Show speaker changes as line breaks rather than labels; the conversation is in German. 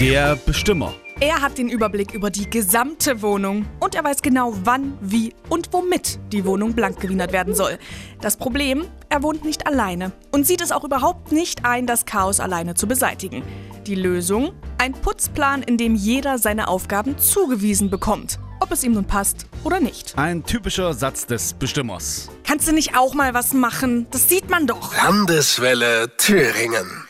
Der Bestimmer.
Er hat den Überblick über die gesamte Wohnung und er weiß genau, wann, wie und womit die Wohnung blank gewienert werden soll. Das Problem, er wohnt nicht alleine und sieht es auch überhaupt nicht ein, das Chaos alleine zu beseitigen. Die Lösung? Ein Putzplan, in dem jeder seine Aufgaben zugewiesen bekommt, ob es ihm nun passt oder nicht.
Ein typischer Satz des Bestimmers.
Kannst du nicht auch mal was machen? Das sieht man doch.
Landeswelle Thüringen.